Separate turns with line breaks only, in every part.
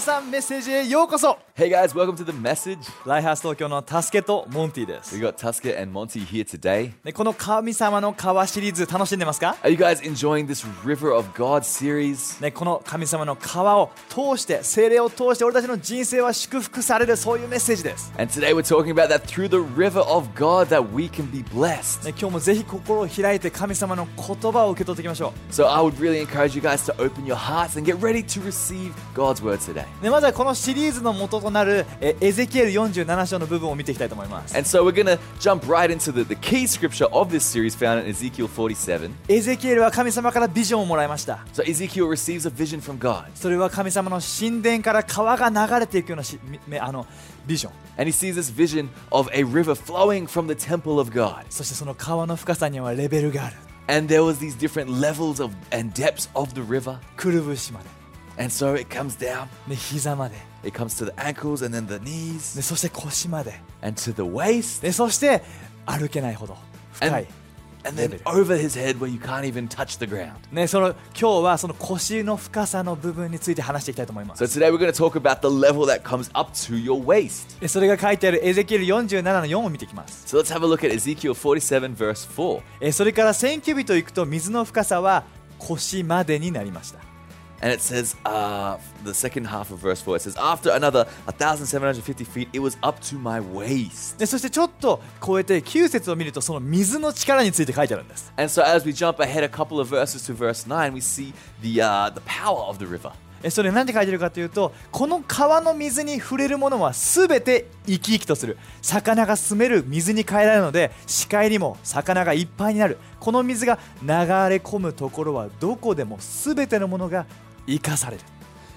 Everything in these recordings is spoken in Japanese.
さんメッセージへようこそ
Hey guys, welcome to the message.
ライハース東京のタスケとモンティです
We got Tusker and Monty here today.
でこの神様の川シリーズ楽しんでますか
Are you guys enjoying this River of God series?
ね、この神様の川を通して精霊を通して俺たちの人生は祝福されるそういうメッセージです、
And today we're talking about that through the river of God that we can be blessed.
ね、今日もぜひ心を開いて神様の言葉を受け取っていきましょ
So I would really encourage you guys to open your hearts and get ready to receive God's word today.
う、ね、まずはこのシリーズの元となるえエゼキエル47章の部分を見ていきたいと思います
And so we're going to jump right into the, the key scripture of this series found in Ezekiel 47.
エゼキエルは神様からビジョンをもらいました
So Ezekiel receives a vision from God
それは神様の神殿から川が流れていくようなしみめあのビジョン
and he sees this vision of a river flowing from the temple of God.
そしてその川の深さにはレベルがある
And there was these different levels of and depths of the river.
くるぶしまで、
And so it comes down,
ね、膝まで
it comes to the ankles and then the
で
knees
そして腰まで
and to the waist
でそして歩けないほど深い
and,、and then over his head where you can't even touch the ground.
ね、その今日はその腰の深さの部分について話していきたいと思います
So today we're going to talk about the level that comes up to your waist.
でそれが書いてあるエゼキエル47の4を見ていきます
So let's have a look at Ezekiel 47 verse 4.
えそれから千キュビと行くと水の深さは腰までになりました
And it says, uh, the second half of verse 4, it says, After another 1,750 feet, it was up to my waist.
でそしてちょっと超えて9節を見るとその水の力について書いてあるんです
And so as we jump ahead a couple of verses to verse 9, we see the, uh, the power of the river.
えそれ何て書いてるかというとこの川の水に触れるものは全て生き生きとする魚が住める水に変えられるので視界にも魚がいっぱいになるこの水が流れ込むところはどこでも全てのものが生かされる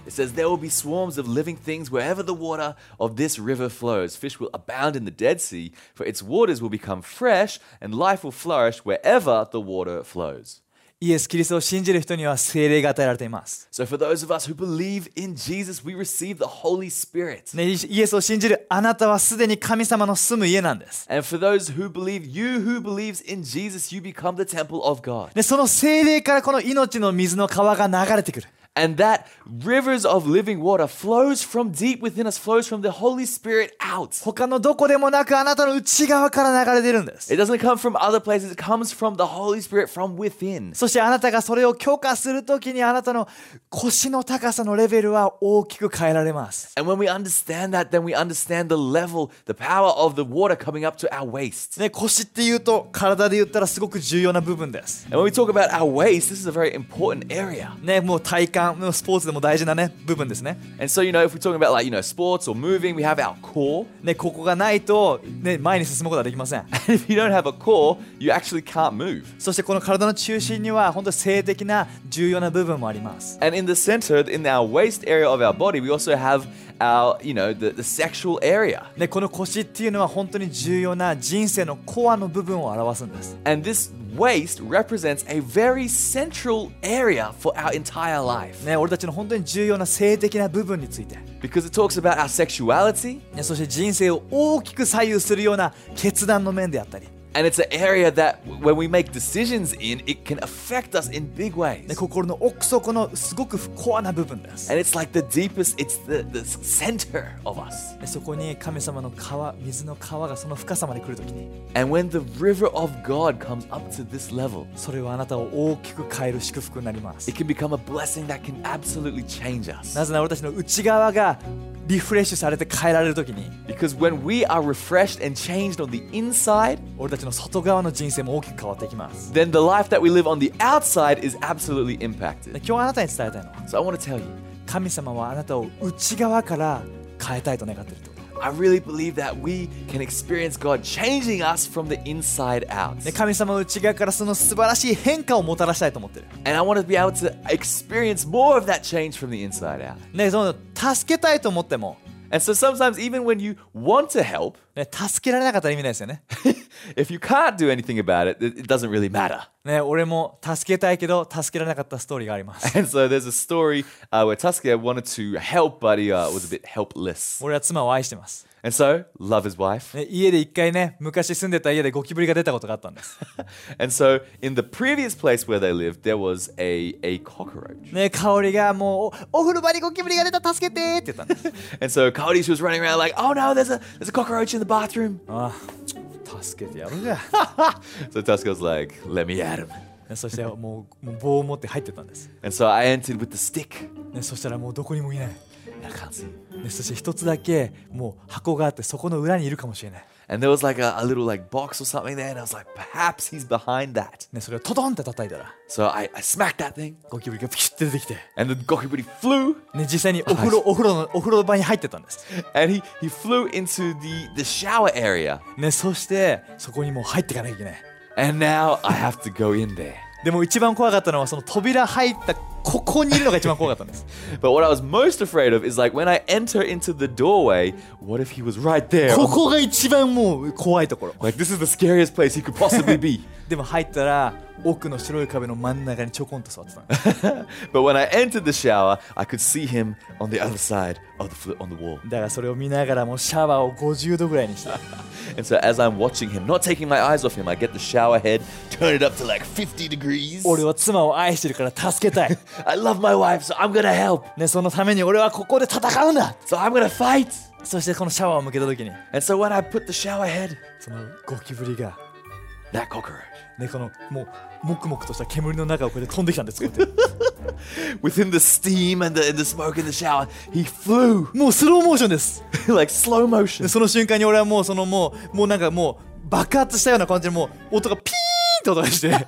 It says, There will be swarms of living things wherever the water of this river flows. Fish will abound in the Dead Sea, for its waters will become fresh, and life will flourish wherever the water flows.
イエス・キリストを信じる人には精霊が与えられています、
So, for those of us who believe in Jesus, we receive the Holy Spirit.
ね、イイエスを信じるあなたはすでに神様の住む家なんです、
And for those who believe, you who believes in Jesus, you become the temple of God.
ね、その精霊からこの命の水の川が流れてくる
And that rivers of living water flows from deep within us, flows from the Holy Spirit out.
他のどこでもなくあなたの内側から流れてるんです
It doesn't come from other places, it comes from the Holy Spirit from within.
そしてあなたがそれを許可するときにあなたの腰の高さのレベルは大きく変えられます。
And when we understand that, then we understand the level, the power of the water coming up to our waist.
ね、腰っていうと体で言ったらすごく重要な部分です。
And when we talk about our waist, this is a very important area.
ね、もう体幹、もうスポーツでも大事なね、部分ですね。
And so, you know, if we're talking about like, you know, sports or moving, we have our core.
ね、ここがないと、ね、前に進むことはできません。
And if you don't have a core, you actually can't move.
そしてこの体の中心には本当に性的な重要な部分もあります。
And in the center, in our waist area of our body, we also have our, you know, the, the sexual area.
ね、この腰っていうのは本当に重要な人生のコアの部分を表すんです。
And this waist represents a very central area for our entire life
ね、俺たちの本当に重要な性的な部分について。
because it talks about our sexuality.
ねそして人生を大きく左右するような決断の面であったり、
And it's an area that w- when we make decisions in, it can affect us in big
ね
ways.
心の奥底のすごくコアな部分です。
And it's like the deepest, it's the, the s- center of us.
でそこに神様の川、水の川がその深さまで来るときに、
And when the river of God comes up to this level,
それはあなたを大きく変える祝福になります
it。can become a blessing that can absolutely change us.
なぜなら俺たちの内側がリフレッシュされて変えられるときに、
Because when we are refreshed and changed on the inside,
俺たちの外側の人生も大きく変わっていきます。
then the life that we live on the outside is absolutely impacted.
で今日あなたに伝えたいのは、
So I want to tell you,
神様はあなたを内側から変えたいと願っていると。
I really believe that we can experience God changing us from the inside out.
で神様は内側からその素晴らしい変化をもたらしたいと思ってる。
And I want to be able to experience more of that change from the inside out.
ね、その助けたいと思っても、
And so sometimes, even when you want to help,
ね、助けられなかったら意味ないですよね。
if you can't do anything about it, it it doesn't really matter.
ね、俺も助けたいけど助けられなかったストーリーがあり ます。
And so there's a story uh, where Tusker wanted to help, but he uh, was a bit helpless.
俺は妻を愛してます。
And so, love his wife.
ね家で一回ね昔住んでた家でゴキブリが出たことがあったんです、
And so, in the previous place where they lived, there was a, a cockroach.
ね、香りがもうおお風呂場にゴキブリが出た助けてーって言ったんです
And so, Cody, she was running around like, oh no, there's a, there's a cockroach in the bathroom.
ああ助けてやるじゃ
So, Tusko's like, let me at him.
ねそしてもうもう棒を持って入ってったんです、
And so, I entered with the stick.
ね、そしたらもうどこにもいない、ね、
And I can't see him.
そして一つだけもう箱があってそこの裏にいるかもしれない、
And there was like a, a little like box or something there. And I was like, perhaps he's behind that.
ね、それをトドンって叩いたら
So, I, I smacked that thing.
ゴキブリがピシュって出てきて、ね、
And the gokkabuddy flew.
実際にお風呂お風呂のお風呂場に入ってったんです、
And he, he flew into the, the shower area.
ね、そしてそこにもう入っていかなきゃいけない
And now I have to go in there.
でも一番怖かったのはその扉入ったここにいるのが一番怖かったんです
But what I was most afraid of is like when I enter into the doorway, what if he was right there?
ここが一番もう怖いところ
Like this is the scariest place he could possibly be.
でも入ったら奥の白い壁の真ん中にちょこんと座ってたんです
but when I entered the shower, I could see him on the other side of the fl- on the wall.
だからそれを見ながらもうシャワーを50度ぐらいにして
And so as I'm watching him, not taking my eyes off him, I get the shower head, turn it up to like 50 degrees.
俺は妻を愛してるから助けたい、
I love my wife, so I'm gonna help.
ね、そのために俺はここで戦うんだ
So I'm gonna fight.
そしてこのシャワーを向けた時に
And so when I put the shower head,
そのゴキブリが
that cockroach.
ねこのもうもくもくとした煙の中をこうやって飛んできたんですこうやって
Within the steam and the, and the smoke in the shower, he flew
もうスローモーションです
like slow motion.
で その瞬間に俺はもうそのもうもうなんかもう爆発したような感じでもう音がピーンって音がして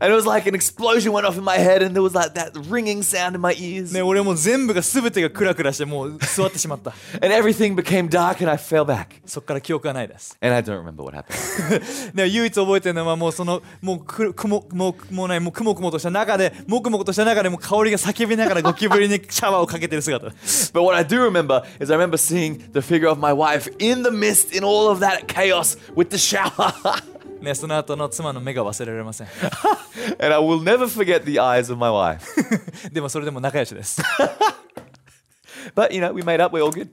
And it was like an explosion went off in my head, and there was like that ringing sound in my ears.
ね俺もう全部が全てがクラクラしてもう座ってしまった
And everything became dark, and I fell back.
そっから記憶はないです、
And I don't remember what happened.
ね、唯一覚えてるのはもうそのもうくくももうもうねもうくもくもとした中でもくもくとした中でもう香りが叫びながらゴキブリにシャワーをかけてる姿
but what I do remember is I remember seeing the figure of my wife in the mist, in all of that chaos with the shower.
ねその後の妻の目が忘れられません
and I will never forget the eyes of my wife.
でもそれでも仲良しです
But you know, we made up, we're all good.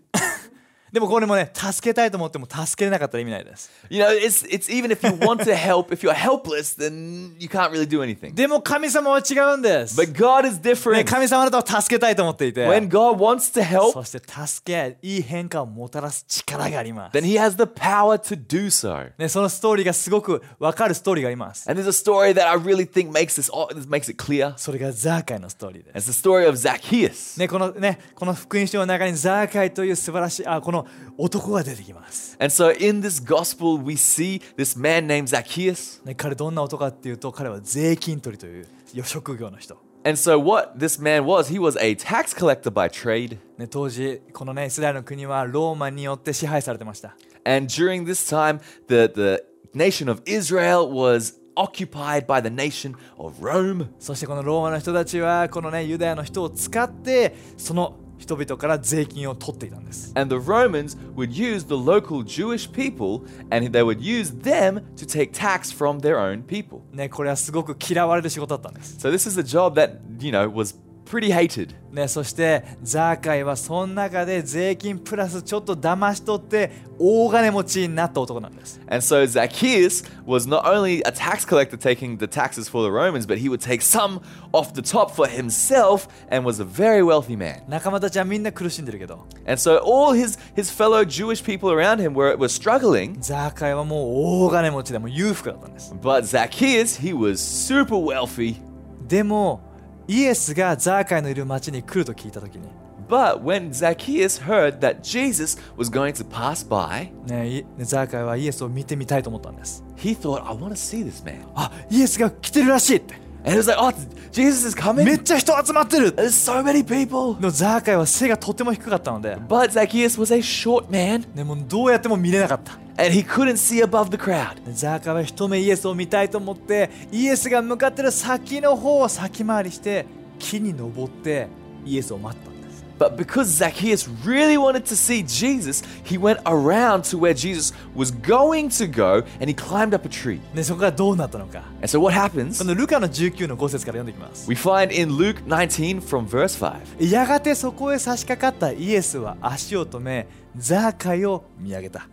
でもこれもね助けたいと思っても助けれなかったら意味ないです
You know, it's, it's even if you want to help, if you're helpless, then you can't really do anything.
でも神様は違うんです、
But God is
ね、
different.
神様あなたを助けたいと思っていて
When God wants to help,
そして助け、いい変化をもたらす力があります。
then He has the power to do so.
ね、そのストーリーがすごくわかるストーリーがあります。
And there's a story that I really think makes this, uh, this makes it clear.
それがザーカイのストーリーです。
It's the story of Zacchaeus.
ね、このね、この福音書の中にザーカイという素晴らしい、あ、この男が出てきます。
And so in this gospel, we see this man named Zacchaeus.
ね、彼どんな男かっていうと、彼は税金取りという職業の人。
And so what this man was, he was a tax collector by trade.
ね、当時、このね、イスラエルの国はローマによって支配されてました。
And during this time, the, the nation of Israel was occupied by the nation of Rome.
そしてこのローマの人たちは、このね、ユダヤの人を使って、その人々から税金を取っていたんです。
And the Romans would use the local Jewish people and they would use them to take tax from their own people.
ね、これはすごく嫌われる仕事だったんです。
So this is a job that, you know, was pretty hated.
ね、そしてザーカイはその中で税金プラスちょっと騙し取って大金持ちになった男なんです、
And so Zacchaeus was not only a tax collector taking the taxes for the Romans, but he would take some off the top for himself and was a very wealthy man.
仲間たちはみんな苦しんでるけど
And so all his, his fellow Jewish people around him were, were struggling,
ザーカイはもう大金持ちでもう裕福だったんです
but Zacchaeus, he was super wealthy.
でもイエスがザーカイのいる町に来ると聞いた時に、
But when Zacchaeus heard that Jesus was going to pass by,
ね、いザーカイはイエスを見てみたいと思ったんです
he thought, I want to see this man.
あイエスが来てるらしいって
And he was like, Oh, Jesus is
め
coming.
っちゃ人集まってるで
There's so many people.
もザーカイは背がとても低かったので、
But Zacchaeus was a short man
ね、もうどうやっても見れなかった
and he couldn't see above the crowd.
ザーカイは一目イエスを見たいと思ってイエスが向かってる先の方を先回りして木に登ってイエスを待ったんです
But because Zacchaeus really wanted to see Jesus, he went around to where Jesus was going to go and he climbed up a tree.
でそこがどうなったのか
And so what happens?
このルカの19の5節から読んでいきます
We find in Luke 19 from verse 5.
やがてそこへ差し掛かったイエスは足を止めザーカイを見上げた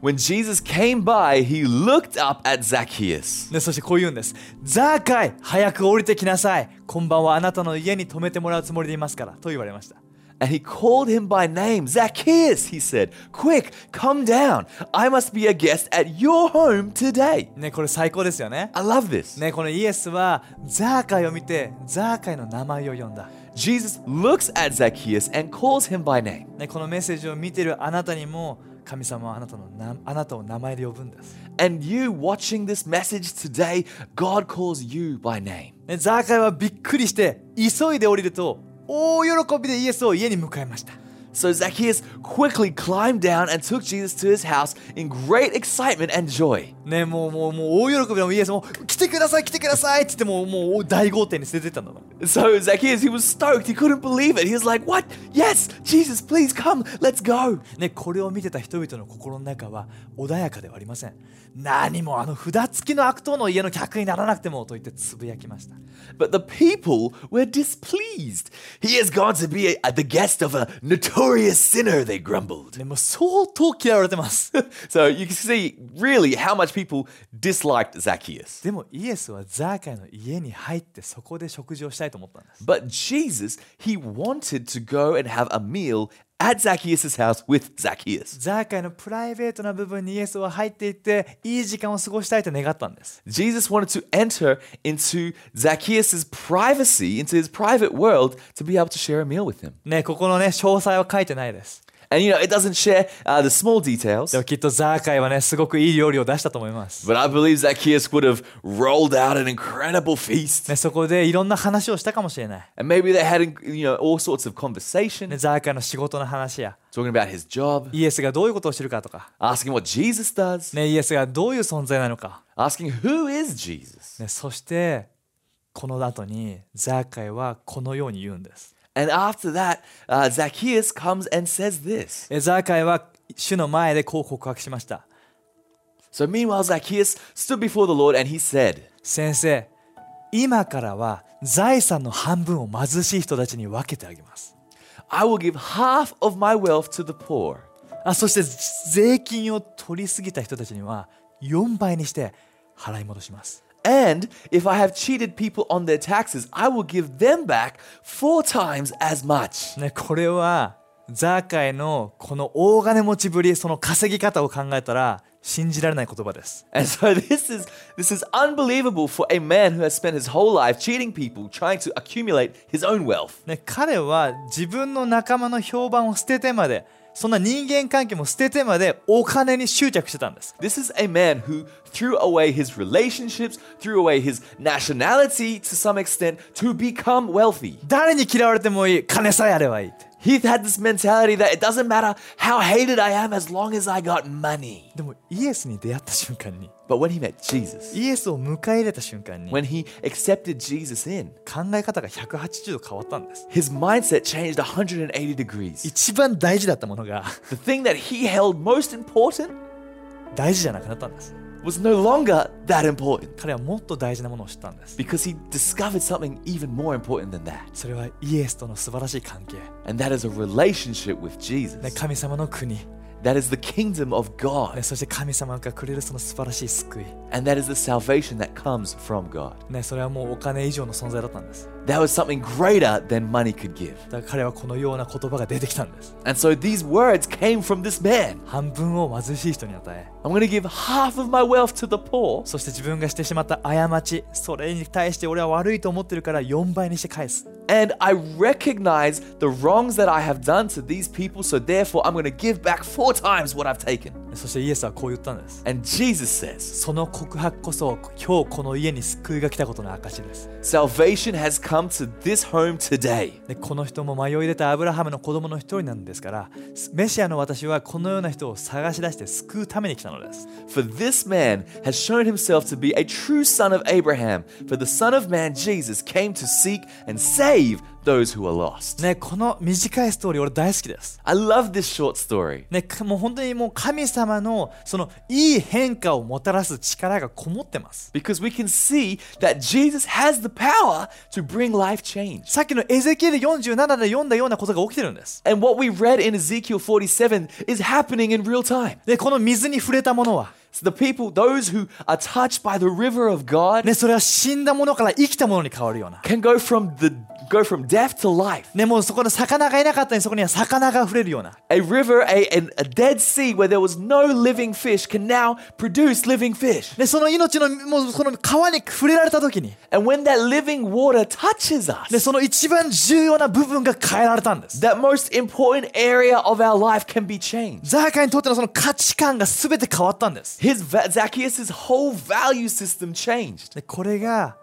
When Jesus came by, he looked up at Zacchaeus.
でそしてこう言うんですザーカイ早く降りてきなさい今晩はあなたの家に泊めてもらうつもりでいますからと言われました
And he called him by name, Zacchaeus, he said, Quick, come down. I must be a guest at your home today.
ねこれ最高ですよね
I love this.
ねこのイエスはザーカイを見てザーカイの名前を呼んだ
Jesus looks at Zacchaeus and calls him by name.
ねこのメッセージを見てるあなたにも神様はあなたのなあなたを名前で呼ぶんです、
And you watching this message today, God calls you by name.
ね、ザーカイはびっくりして急いで降りると大喜びでイエスを家に迎えました
So Zacchaeus quickly climbed down and took Jesus to his house in great excitement and joy.
ねもうもうもう大喜びのイエスも来てください来てくださいって言ってもうもう大豪邸に連れてったんだもん
So Zacchaeus, he was stoked. He couldn't believe it. He was like, What? Yes, Jesus, please come. Let's go.
ね、これを見てた人々の心の中は穏やかではありません。何もあの札付きの悪党の家の客にならなくてもと言ってつぶやきました。
But the people were displeased. He has gone to be a- the guest of a notorious sinner, they grumbled.
でもう相当嫌われてます。
So you can see really how much people disliked Zacchaeus.
でもイエスはザーカイの家に入ってそこで食事をしたいと思ったんです。
But Jesus, he wanted to go and have a meal at Zacchaeus' house with Zacchaeus.
ザーカイのプライベートな部分にイエスは入っていっていい時間を過ごしたいと願ったんです。
Jesus wanted to enter into Zacchaeus' privacy, into his private world, to be able to share a meal with him.
ね、ここのね、詳細は書いてないです。
And you know, it doesn't share uh, the small details.
でもきっとザーカイはね、すごくいい料理を出したと思います。
But I believe Zacchaeus would have rolled out an incredible feast.
ね、そこでいろんな話をしたかもしれない。
And maybe they had, you know, all sorts of
ね、
conversation,
ザーカイの仕事の話や、
talking about his job,
イエスがどういうことをしてるかとか、
asking what Jesus does,
ね、イエスがどういう存在なのか、
asking who is Jesus,
ね、そしてこの後にザーカイはこのように言うんです。
and after that, uh, Zacchaeus comes and says this.
えザーカイは主の前でこう告白しました。
So meanwhile, Zacchaeus stood before the Lord and he said,
先生、今からは財産の半分を貧しい人たちに分けてあげます。
I will give half of my wealth to the poor,
あそして税金を取りすぎた人たちには4倍にして払い戻します。
and if I have cheated people on their taxes, I will give them back four times as much.
ね、これはザーカイのこの大金持ちぶり、その稼ぎ方を考えたら信じられない言葉です。
And so this is this is unbelievable for a man who has spent his whole life cheating people, trying to accumulate his own wealth.
ね、彼は自分の仲間の評判を捨ててまでそんな人間関係も捨ててまでお金に執着してたんです
This is a man who threw away his relationships, threw away his nationality to some extent to become wealthy.
誰に嫌われてもいい金さえあればいいって
He had this mentality that it doesn't matter how hated I am as long as I got money.
でもイエスに出会った瞬間に
But when he met Jesus,
イエスを迎え入れた瞬間に考
when he accepted Jesus in,
え方が180度変わったんです
his mindset changed 180 degrees.
一番大事だったものが
The thing that he held most important
大事じゃなくなったんです
was no longer that important.
彼はもっと大事なものを知ったんです
because he discovered something even more important than that,
それはイエスとの素晴らしい関係、
and that is a relationship with
ね、
Jesus.
神様の国、
That is the kingdom of
ね、
God,
そして神様がくれるその素晴らしい救い、
and that is the salvation that comes from God.
ね、それはもうお金以上の存在だったんです
That was something greater than money could give.
だから彼はこのような言葉が出てきたんです
And so these words came from this man
半分を貧しい人に与え
I'm going to give half of my wealth to the poor,
そして自分がしてしまった過ちそれに対して俺は悪いと思ってるから4倍にして返す
and I recognize the wrongs that I have done to these people, so therefore I'm going to give back four times what I've taken.
そしてイエスはこう言ったんです
And Jesus says,
その告白こそ今日この家に救いが来たことの証です
Salvation has come to this home today.
でこの人も迷い出たアブラハムの子供の一人なんですからメシアの私はこのような人を探し出して救うために来たのです
For this man has shown himself to be a true son of Abraham. For the Son of Man, Jesus, came to seek and save those who are lost.
ね、この短いストーリー俺大好きです。
I love this short story.
ね、かもう本当にもう神様のそのいい変化をもたらす力がこもってます。
Because we can see that Jesus has the power to bring life change.
さっきのエゼキエル47で読んだようなことが起きてるんです。
And what we read in Ezekiel 47 is happening in real time.
で、この水に触れたものは、
So the people, those who are touched by the river of God,
ね、それは死んだものから生きたものに変わるような。
can go from the go from death to life.
ね、もうそこの魚がいなかったのにそこには魚が溢れるような。
A river, a, an- a dead sea where there was no living fish can now produce living fish.
ね、その命の、もうその川に触れられた時に、
And when that living water touches us,
ね、その一番重要な部分が変えられたんです。
that most important area of our life can be changed.
ザーカイにとってのその価値観が全て変わったんです。
His va- Zacchaeus' whole value system changed.
でこれが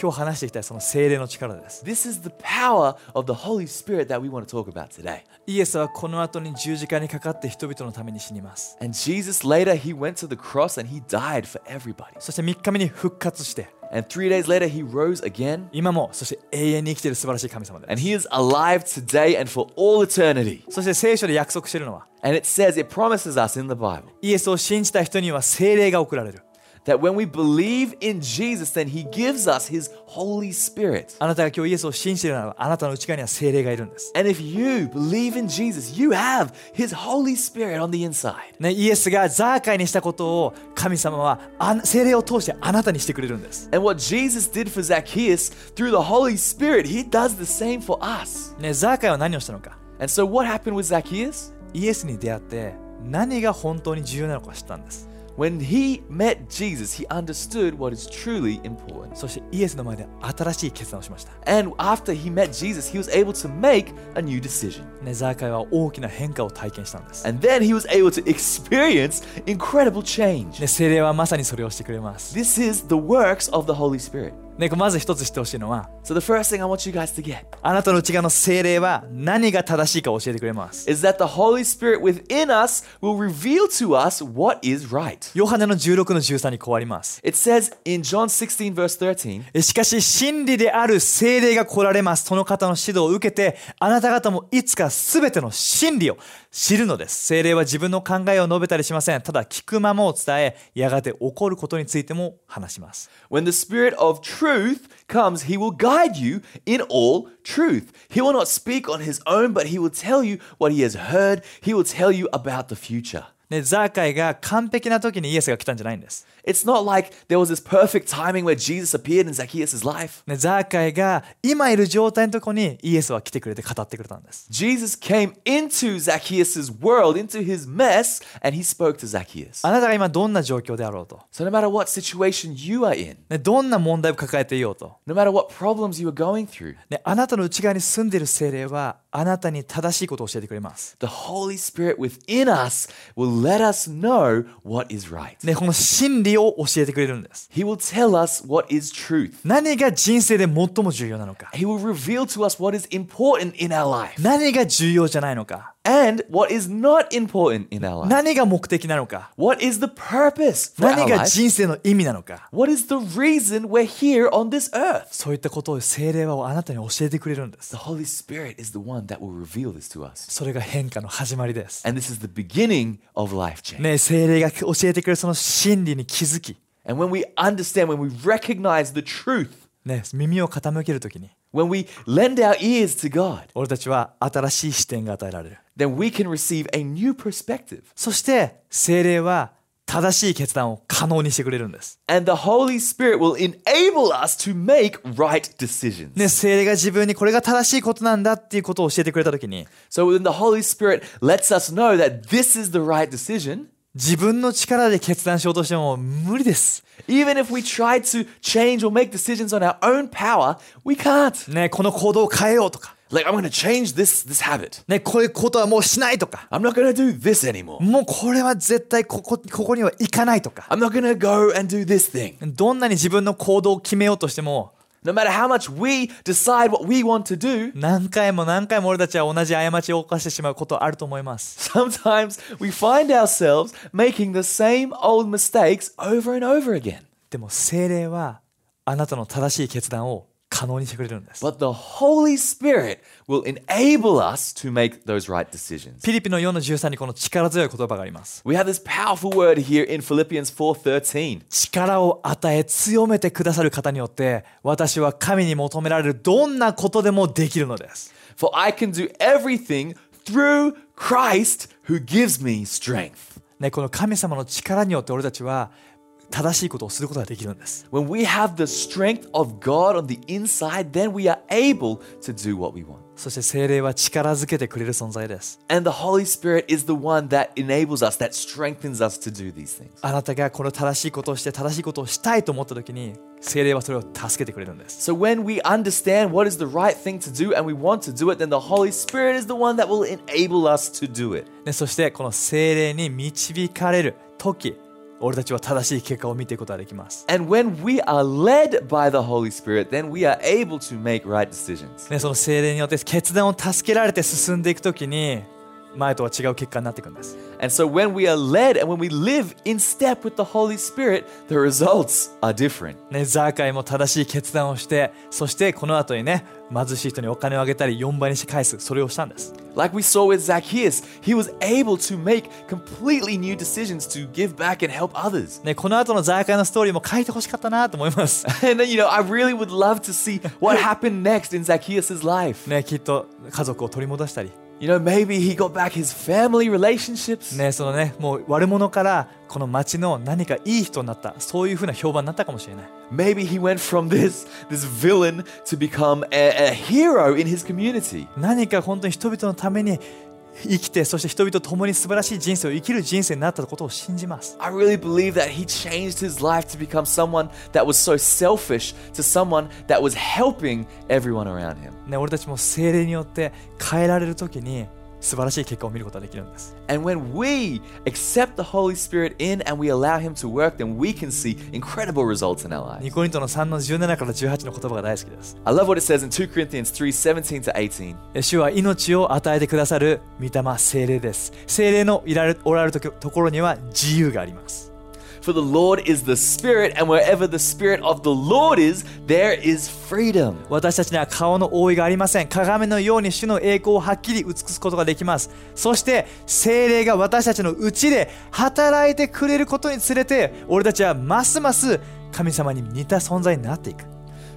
今日話していきたいその精霊の力です。
This is the power of the Holy Spirit that we want to talk about today.
イエスはこの後に十字架にかかって人々のために死にます。
And Jesus later he went to the cross and he died for everybody.
そして3日目に復活して、
And 3 days later he rose again
今もそして永遠に生きている素晴らしい神様で
and
す。
he is alive today and for all eternity.
そして聖書で約束しているのは、
And it says it promises us in the Bible
イエスを信じた人には精霊が送られる。
that when we believe in Jesus then he gives us his holy spirit.
あなたが今日イエスを信じているならあなたの内側には精霊がいるんです。
And if you believe in Jesus, you have his holy spirit on the inside.
ね、イエスがザーカイにしたことを神様はあ精霊を通してあなたにしてくれるんです。
And what Jesus did for Zacchaeus through the Holy Spirit, he does the same for us.
ね、ザーカイは何をしたのか
And so what happened with Zacchaeus?
イエスに出会って何が本当に重要なのか知ったんです。
When he met Jesus, he understood what is truly important.
そしてイエスの前で新しい決断をしました。
And after he met Jesus, he was able to make a new decision.
ね、ザーカイは大きな変化を体験したんです。
And then he was able to experience incredible change.
ね、精霊はまさにそれをしてくれます。
This is the works of the Holy Spirit.
ね、まず一つ知ってほしいのは、
So the first thing I want you guys to get
あなたの内側の精霊は何が正しいか教えてくれます。
is that the Holy Spirit within us will reveal to us what is right.
ヨハネの16の13に変わります。
It says in John 16 verse 13,
えしかし、真理である精霊が来られます。その方の指導を受けて、あなた方もいつかすべての真理を知るのです。精霊は自分の考えを述べたりしません。ただ、聞くままを伝え、やがて起こることについても話します。
when the spirit of truth comes, he will guide you in all truth. He will not speak on his own, but he will tell you what he has heard. He will tell you about the future.
ね、ザーカイが完璧な時にイエスが来たんじゃないんです。
It's not like there was this perfect timing where Jesus appeared in Zacchaeus' life.
ね、ザーカイが今いる状態のとこにイエスは来てくれて語ってくれたんです。
Jesus came into Zacchaeus' world, into his mess, and he spoke to Zacchaeus.
あなたが今どんな状況であろうと、
So no matter what situation you are in,
ね、どんな問題を抱えていようと、
no matter what problems you are going through,
ね、あなたの内側に住んでいる精霊はあなたに正しいことを教えてくれます。
the Holy Spirit within us will let us know what is right.
ね、この真理を教えてくれるんです。
He will tell us what is truth.
何が人生で最も重要なのか、
He will reveal to us what is important in our life
何が重要じゃないのか、
and what is not important in our life.
何が目的なのか、
What is the purpose for our
何が
life?
人生の意味なのか、
What is the reason we're here on this earth?
そういったことを精霊はあなたに教えてくれるんです。
The Holy Spirit is the one that will reveal this to us.
それが変化の始まりです。
And this is the beginning of life change.
ね、精霊が教えてくれるその真理に気づき、
And when we understand, when we recognize the truth,
ね、耳を傾けるときに
when we lend our ears to God,
俺たちは新しい視点が与えられる
then we can receive a new perspective.
そして精霊は正しい決断を可能にしてくれるんです、
And the Holy Spirit will enable us to make right decisions.
ね、精霊が自分にこれが正しいことなんだっていうことを教えてくれたときに
So when the Holy Spirit lets us know that this is the right decision,
自分の力で決断しようとしても無理です、
even if we try to change or make decisions on our own power, we can't.
ね、この行動を変えようとか、
Like I'm going to change this this habit.
ね、こういうことはもうしないとか
I'm not going to do this anymore.
もうこれは絶対ここここには行かないとか
I'm not going to go and do this thing.
どんなに自分の行動を決めようとしても
No matter how much we decide what we want to do,
何回も何回も俺たちは同じ過ちを犯してしまうことあると思います。
sometimes we find ourselves making the same old mistakes over and over again.
でも精霊はあなたの正しい決断を可能にしてくれるんです。
But the Holy Spirit will enable us to make those right decisions.
ピリピの4の13にこの力強い言葉があります。
We have this powerful word here in Philippians 4:13.
力を与え強めてくださる方によって私は神に求められるどんなことでもできるのです。
For I can do everything through Christ who gives me strength.
ね、この神様の力によって俺たちは正しいことをすることができるんです。
When we have the strength of God on the inside, then we are able to do what we want.
そして精霊は力づけてくれる存在です。
And the Holy Spirit is the one that enables us, that strengthens us to do these things.
あなたがこの正しいことをして正しいことをしたいと思った時に精霊はそれを助けてくれるんです。
So when we understand what is the right thing to do and we want to do it, then the Holy Spirit is the one that will enable us to do it.
ね、そしてこの精霊に導かれる時俺たちは正しい結果を見ていくことができます。
And when we are led by the Holy Spirit, then we are able to make right decisions.
ね、その精霊によって決断を助けられて進んでいくときに前とは違う結果になっていくんです
And so when we are led and when we live in step with the Holy Spirit, the results are different.
ね、ザーカイも正しい決断をしてそしてこの後にね貧しい人にお金をあげたり4倍にして返すそれをしたんです
Like we saw with Zacchaeus, he was able to make completely new decisions to give back and help others.
ね、この後のザーカイのストーリーも書いてほしかったなと思います
And you know, I really would love to see what happened next in Zacchaeus' life.
ね、きっと家族を取り戻したり
You know, maybe he got back his family relationships.
ね、そのねもう悪者からこの町の何かいい人になったそういうふうな評判になったかもしれない
Maybe he went from this this villain to become a, a hero in his community.
何か本当に人々のために生きてそして人々と共に素晴らしい人生を生きる人生になったことを信じます
I really believe that he changed his life to become someone that was so selfish to someone that was helping everyone around him.
ね、俺たちも精霊によって変えられる時に素晴らしい結果を見ることができるんです、
And when we accept the Holy Spirit in and we allow him to work, then we can see incredible results in our
ニ
lives.
コリントの3の17から18の言葉が大好きです
I love what it says in 2 Corinthians 3 17 to 18.
え主は命を与えてくださる御霊精霊です精霊のいられおられるときところには自由があります
For the Lord is the Spirit, and wherever the Spirit of the Lord is, there is freedom.
私たちには顔の覆いがありません鏡のように主の栄光をはっきり映すことができますそして精霊が私たちのうちで働いてくれることにつれて俺たちはますます神様に似た存在になっていく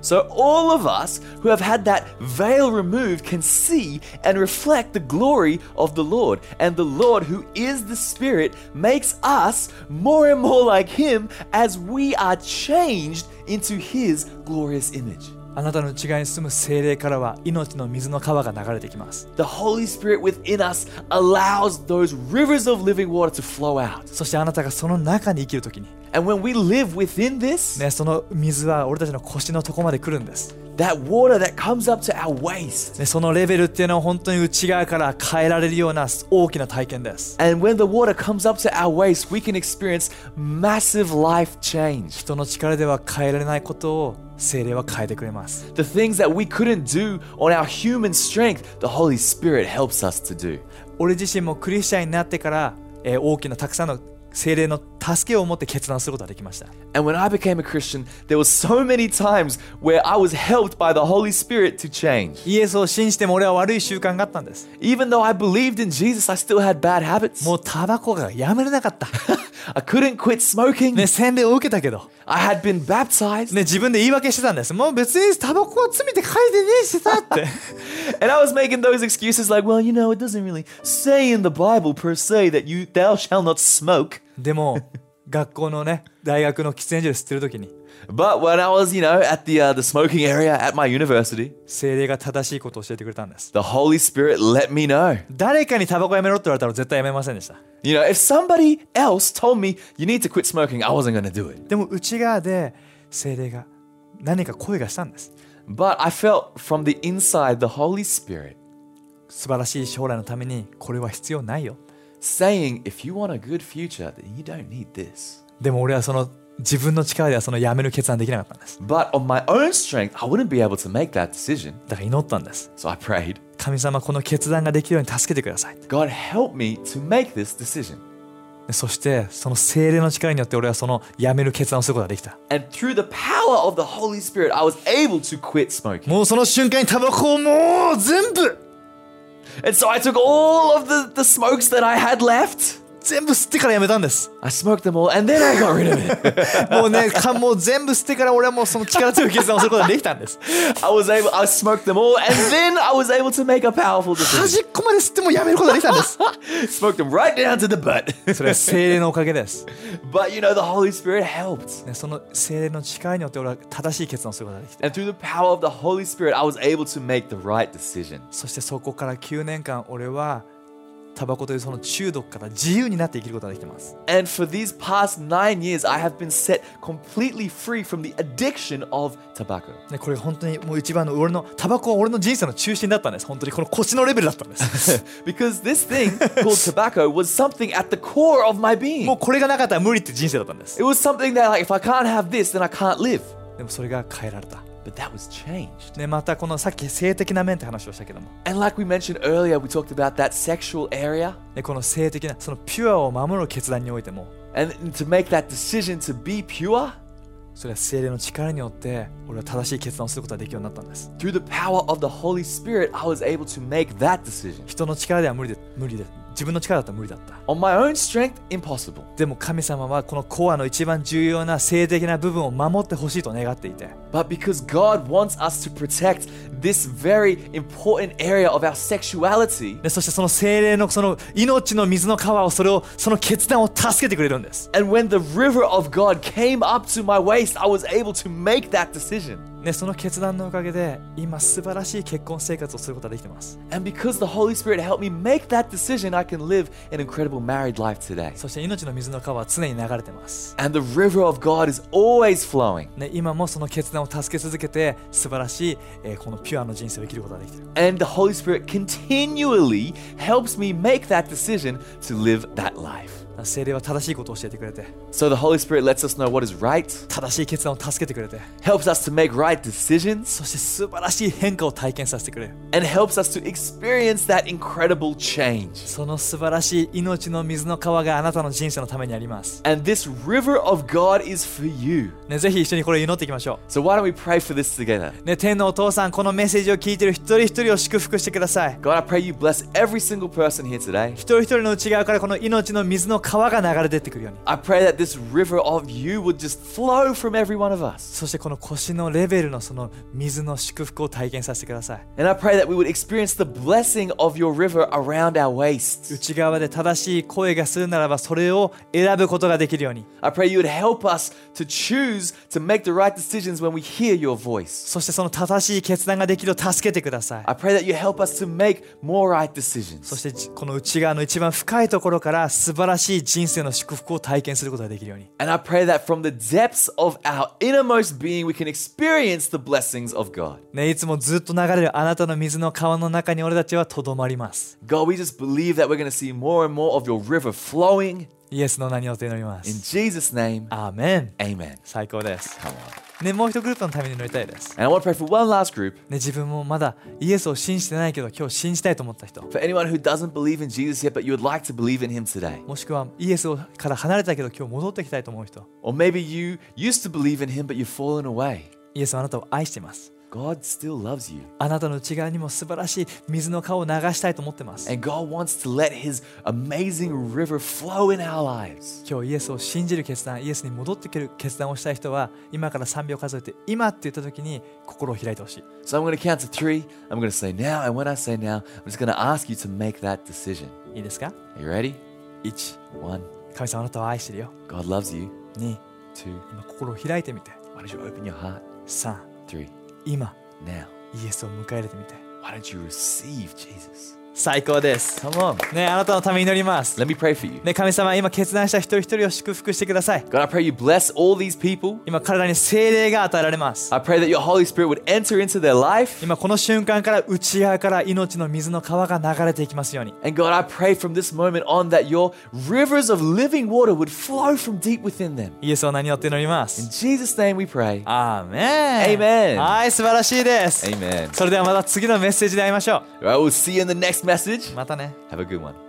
So all of us who have had that veil removed can see and reflect the glory of the Lord. And the Lord, who is the Spirit, makes us more and more like Him as we are changed into His glorious image.
あなたの内側に住む精霊からは命の水の川が流れてきます。
The Holy Spirit within us allows those rivers of living water to flow out.
そしてあなたがその中に生きるときに、
And when we live within this,
ね、その水は俺たちの腰のとこまで来るんです、
that water that comes up to our waist,
ね。そのレベルっていうのは本当に内側から変えられるような大きな体験です。
And when the water comes up to our waist, we can experience massive life change.
人の力では変えられないことを精霊は変えてくれます。
The things that we couldn't do on our human strength, the Holy Spirit helps us to do.
俺自身もクリスチャンになってから、えー大きなたくさんの精霊の助けを持って決断することができました。
And when I became a Christian, there were so many times where I was helped by the Holy Spirit to change.
イエスを信じても俺は悪い習慣があったんです。
Even though I believed in Jesus, I still had bad habits.
もうタバコがやめれなかった。
I couldn't quit smoking.
ね、洗礼を受けたけど。
I had been baptized.
ね、自分で言い訳してたんです。もう別にタバコは罪って書いてねえしさって。
And I was making those excuses like, well, you know, it doesn't really say in the Bible per se that you thou shall not smoke.
でも、学校のね、大学の喫煙所で吸ってる時に、
But when I was, you know, at the uh, the smoking area at my university,
精霊が正しいことを教えてくれたんです。
the Holy Spirit let me know.
誰かにタバコやめろって言われたら絶対やめませんでした。
You know, if somebody else told me you need to quit smoking, I wasn't going to do it.
でも内側で精霊が何か声がしたんです。
But I felt from the inside the Holy Spirit
素晴らしい将来のためにこれは必要ないよ。
saying, if you want a good future, then you don't need this.
でも俺はその自分の力ではそのやめる決断できなかったんです。
But on my own strength, I wouldn't be able to make that decision.
だから祈ったんです。
So I prayed,
神様この決断ができるように助けてください。
God help me to make this decision.
でそしてその精霊の力によって俺はそのやめる決断をすることができた
And through the power of the Holy Spirit, I was able to quit smoking.
もうその瞬間にタバコをもう全部
And so I took all of the, the smokes that I had left,
全部吸ってからやめたんです
I smoked them all, and then I got rid of it.
もう ねかもう全部吸ってから俺はもうその力強い決断をすることができたんです
I was able, I smoked them all, and then I was able to make a powerful decision.
端っこまで吸ってもやめることができたんです
smoked them right down to the butt.
それは精霊のおかげです、
but you know, the Holy Spirit helped.
ね、その精霊の力によって俺は正しい決断をすることができた
And through the power of the Holy Spirit, I was able to make the right decision.
そしてそこから9年間俺はタバコというその中毒から自由になって生きることができてます。
And for these past nine years, I have been set completely free from the addiction of tobacco.
ね、これ本当にもう一番の俺のタバコは俺の人生の中心だったんです。本当にこの腰のレベルだったん です。
because this thing called tobacco was something at the core of my being.
もうこれがなかったら無理って人生だったんです。
It was something that, like, if I can't have this, then I can't live.
でもそれが変えられた。
But that was changed.
ね、またこのさっき性的な面って話をしたけども、
And like we mentioned earlier, we talked about that sexual area.
ね、この性的なそのピュアを守る決断においても
And to make that decision to be pure,
それは精霊の力によって俺は正しい決断をすることができるようになったんです。
through the power of the Holy Spirit, I was able to make that decision.
人の力では無理で無理で自分の力だったら無理だった。
On my own strength, impossible.
でも神様はこのコアの一番重要な性的な部分を守ってほしいと願っていて
But because God wants us to protect this very important area of our sexuality,
でそしてその精霊のその命の水の川をそれをその決断を助けてくれるんです
and when the river of God came up to my waist, I was able to make that decision.
でその決断のおかげで今素晴らしい結婚生活をすることができてます
And because the Holy Spirit helped me make that decision, I can live an incredible married life today.
そして命の水の川は常に流れてます、
And the river of God is always flowing.
ね、今もその決断を助け続けて素晴らしい、えーこのピュアの人生を生きることができてる
And the Holy Spirit continually helps me make that decision to live that life.
精霊は正しいことを教えてくれて
So the Holy Spirit lets us know what is right,
正しい決断を助けてくれて
helps us to make right decisions,
そして素晴らしい変化を体験させてくれる
and helps us to experience that incredible change.
その素晴らしい命の水の川があなたの人生のためにあります。
And this river of God is for you.
ね、ぜひ一緒にこれを祈っていきましょ
So why don't we pray for this together?
う。ね、天のお父さん、このメッセージを聞いている一人一人を祝福してください。
God, I pray you bless every single person here today.
一人一人の内側からこの命の水の川が流れ出てくるように。
I pray that this river of you would just flow from every one of us.
そしてこの腰のレベルのその水の祝福を体験させてください。
And I pray that we would experience the blessing of your river around our waists.
内側で正しい声がするならばそれを選ぶことができるように。
I pray you would help us to choose to make the right decisions when we hear your voice.
そしてその正しい決断ができるよう助けてください
I。pray that you help us to make more right
そして
decisions.
じこの内側の一番深いところから素晴らしい人生の祝福を体験することができるように。
And I pray that from the depths of our innermost being, we can experience the blessings of God.
ね、いつもずっと流れるあなたの水の川の中に俺たちはとどまります。
God, we just believe that we're going to see more and more of your river flowing.
イエスの名によって祈りま
In
す。
Jesus' name,
アーメン。
amen.
最高です。
Come on.
ね、もう一グループのために祈りたいです。ね、
And I want to pray for one last group.
自分もまだイエスを信じてないけど今日信じたいと思った人。
For anyone who doesn't believe in Jesus yet, but you would like to believe in him today.
もしくはイエスから離れたけど今日戻ってきたいと思う人。
Or maybe you used to believe in him, but you've fallen away.
イエスはあなたを愛しています。
God still loves you.
あなたの内側にも素晴らしい水の川を流したいと思ってます。
And God wants to let his amazing river flow in our lives.
今日イエスを信じる決断、イエスに戻ってくる決断をしたい人は今から3秒数えて今って言った時に心を開いてほしい。
So I'm going to count to three. I'm going to say now. And when I say now, I'm just going to ask you to make that decision.
いいですか
Are you ready?
1
One,
神様あなたを愛してるよ
God loves you.
2
Two,
今心を開いてみて
why don't you open your heart?
3
Three,
今
now.
イエスを迎え入れてみて
Why don't you receive Jesus?
最高です、
Come on.
ね、あなたのために祈ります、
Let me pray for you.
ね、神様今決断した一人一人を祝福してください
God, I pray you bless all these people.
今体に精霊が与えられます
I pray that your Holy Spirit would enter into their life.
今この瞬間から内側から命の水の川が流れていきますように
And God, I pray from this moment on that your rivers of living water would flow from deep within them.
イエスを名によって祈りま
In
す
Jesus' name we pray.
アーメン
Amen
はい素晴らしいです、
Amen.
それではまた次のメッセージで会いましょ
I will see you in the next message.
うまたね
Have a good one.